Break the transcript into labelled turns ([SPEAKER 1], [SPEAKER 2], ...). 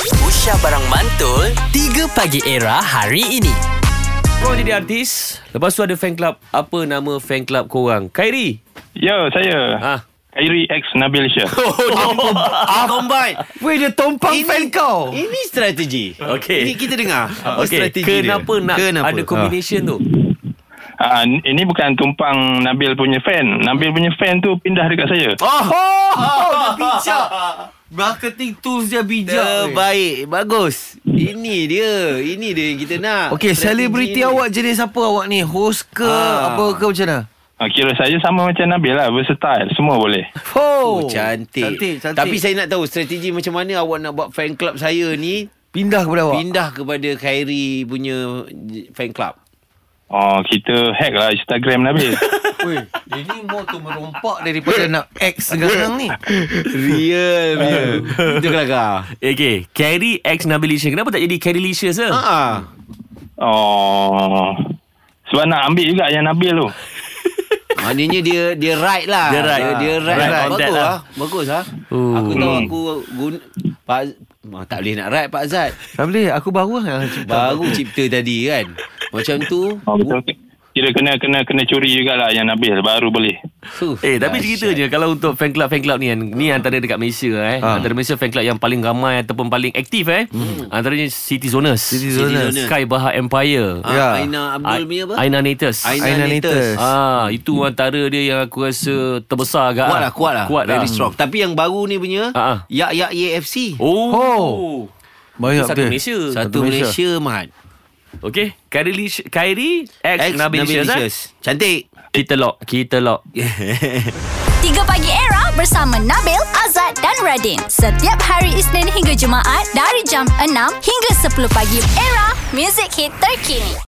[SPEAKER 1] Aisyah Barang Mantul 3 Pagi Era hari ini
[SPEAKER 2] Kau jadi artis Lepas tu ada fan club Apa nama fan club korang Khairi
[SPEAKER 3] Ya,
[SPEAKER 2] Ha.
[SPEAKER 3] saya. Ha. Khairi X Nabil Syah.
[SPEAKER 4] Ah, combine. Weh, dia tompang ini, fan kau. Ini strategi.
[SPEAKER 2] Okey.
[SPEAKER 4] Ini kita dengar. Apa
[SPEAKER 2] Okay
[SPEAKER 4] strategi
[SPEAKER 2] Kenapa Ah.
[SPEAKER 4] dia?
[SPEAKER 2] nak ada combination tu
[SPEAKER 3] Ha, ini bukan tumpang Nabil punya fan. Nabil punya fan tu pindah dekat saya.
[SPEAKER 4] Ah. Oh, oh, dia bijak. Marketing tools dia bijak.
[SPEAKER 5] Terbaik Bagus Ini dia Ini dia yang kita nak
[SPEAKER 4] Okey,
[SPEAKER 5] Strategi
[SPEAKER 4] selebriti
[SPEAKER 5] ni.
[SPEAKER 4] awak jenis apa awak ni? Host ke
[SPEAKER 5] Ah.
[SPEAKER 4] apa ke macam mana?
[SPEAKER 3] Ha, kira saya sama macam Nabil lah. Versatile. Semua boleh.
[SPEAKER 4] Oh,
[SPEAKER 5] Oh, cantik.
[SPEAKER 4] Cantik, cantik.
[SPEAKER 5] Tapi saya nak tahu strategi macam mana awak nak buat fan club saya ni
[SPEAKER 4] pindah kepada awak.
[SPEAKER 5] pindah kepada Khairi punya j- fan club.
[SPEAKER 3] Oh, kita hack lah Instagram Nabil.
[SPEAKER 4] Weh, dia ni more tu merompak daripada nak ex sekarang ni.
[SPEAKER 5] Real, real. Itu kelakar.
[SPEAKER 2] Okay Khairi X Nabilicia Kenapa tak jadi Khairilicious ke ha.
[SPEAKER 5] Ha.
[SPEAKER 3] Oh. Sebab nak ambil juga yang Nabil tu.
[SPEAKER 5] Maknanya dia dia right lah.
[SPEAKER 2] Dia right.
[SPEAKER 5] Dia, dia right,
[SPEAKER 2] Right
[SPEAKER 5] lah.
[SPEAKER 2] on that
[SPEAKER 5] Bagus
[SPEAKER 2] lah.
[SPEAKER 5] lah. Bagus lah.
[SPEAKER 2] Oh.
[SPEAKER 5] Aku tahu
[SPEAKER 3] Hmm.
[SPEAKER 5] aku guna Pak Ah, tak boleh nak right Pak Zat.
[SPEAKER 4] Tak boleh, aku baru lah cipta.
[SPEAKER 5] Baru cipta tadi kan. Macam tu.
[SPEAKER 3] Oh, betul. Kira kena kena kena curi jugalah yang Nabil. Baru boleh.
[SPEAKER 5] Huh,
[SPEAKER 2] Eh tapi
[SPEAKER 5] dahsyat.
[SPEAKER 2] cerita je Kalau untuk fan club Fan club ni kan Ni antara dekat Malaysia eh
[SPEAKER 4] Ha.
[SPEAKER 2] Antara Malaysia fan club yang paling ramai Ataupun paling aktif eh Antaranya City Zoners
[SPEAKER 4] City Zoners.
[SPEAKER 2] Sky Bahar Empire
[SPEAKER 5] Ah,
[SPEAKER 4] Ya.
[SPEAKER 5] Aina Abdul punya apa?
[SPEAKER 2] Aina Natus
[SPEAKER 5] Aina
[SPEAKER 4] Aina
[SPEAKER 5] Natus.
[SPEAKER 4] Natus.
[SPEAKER 2] Ah, itu antara dia yang aku rasa terbesar kan? agak.
[SPEAKER 5] Kuat lah, kuat lah.
[SPEAKER 2] Kuat
[SPEAKER 5] Very
[SPEAKER 2] lah.
[SPEAKER 5] strong. Tapi yang baru ni punya,
[SPEAKER 2] Ah, ah.
[SPEAKER 5] Yak Yak AFC.
[SPEAKER 2] Oh.
[SPEAKER 4] Oh.
[SPEAKER 2] Itu
[SPEAKER 4] Banyak
[SPEAKER 2] satu
[SPEAKER 4] betul.
[SPEAKER 2] Malaysia.
[SPEAKER 5] Satu Malaysia, Mat.
[SPEAKER 2] Okey, Kairi Kairi X, X Nabil Syazan.
[SPEAKER 5] Licious. Cantik.
[SPEAKER 2] Kita lock, kita lock.
[SPEAKER 6] 3 Pagi Era bersama Nabil, Azad dan Radin. Setiap hari Isnin hingga Jumaat dari jam 6 hingga 10 pagi. Era, music hit terkini.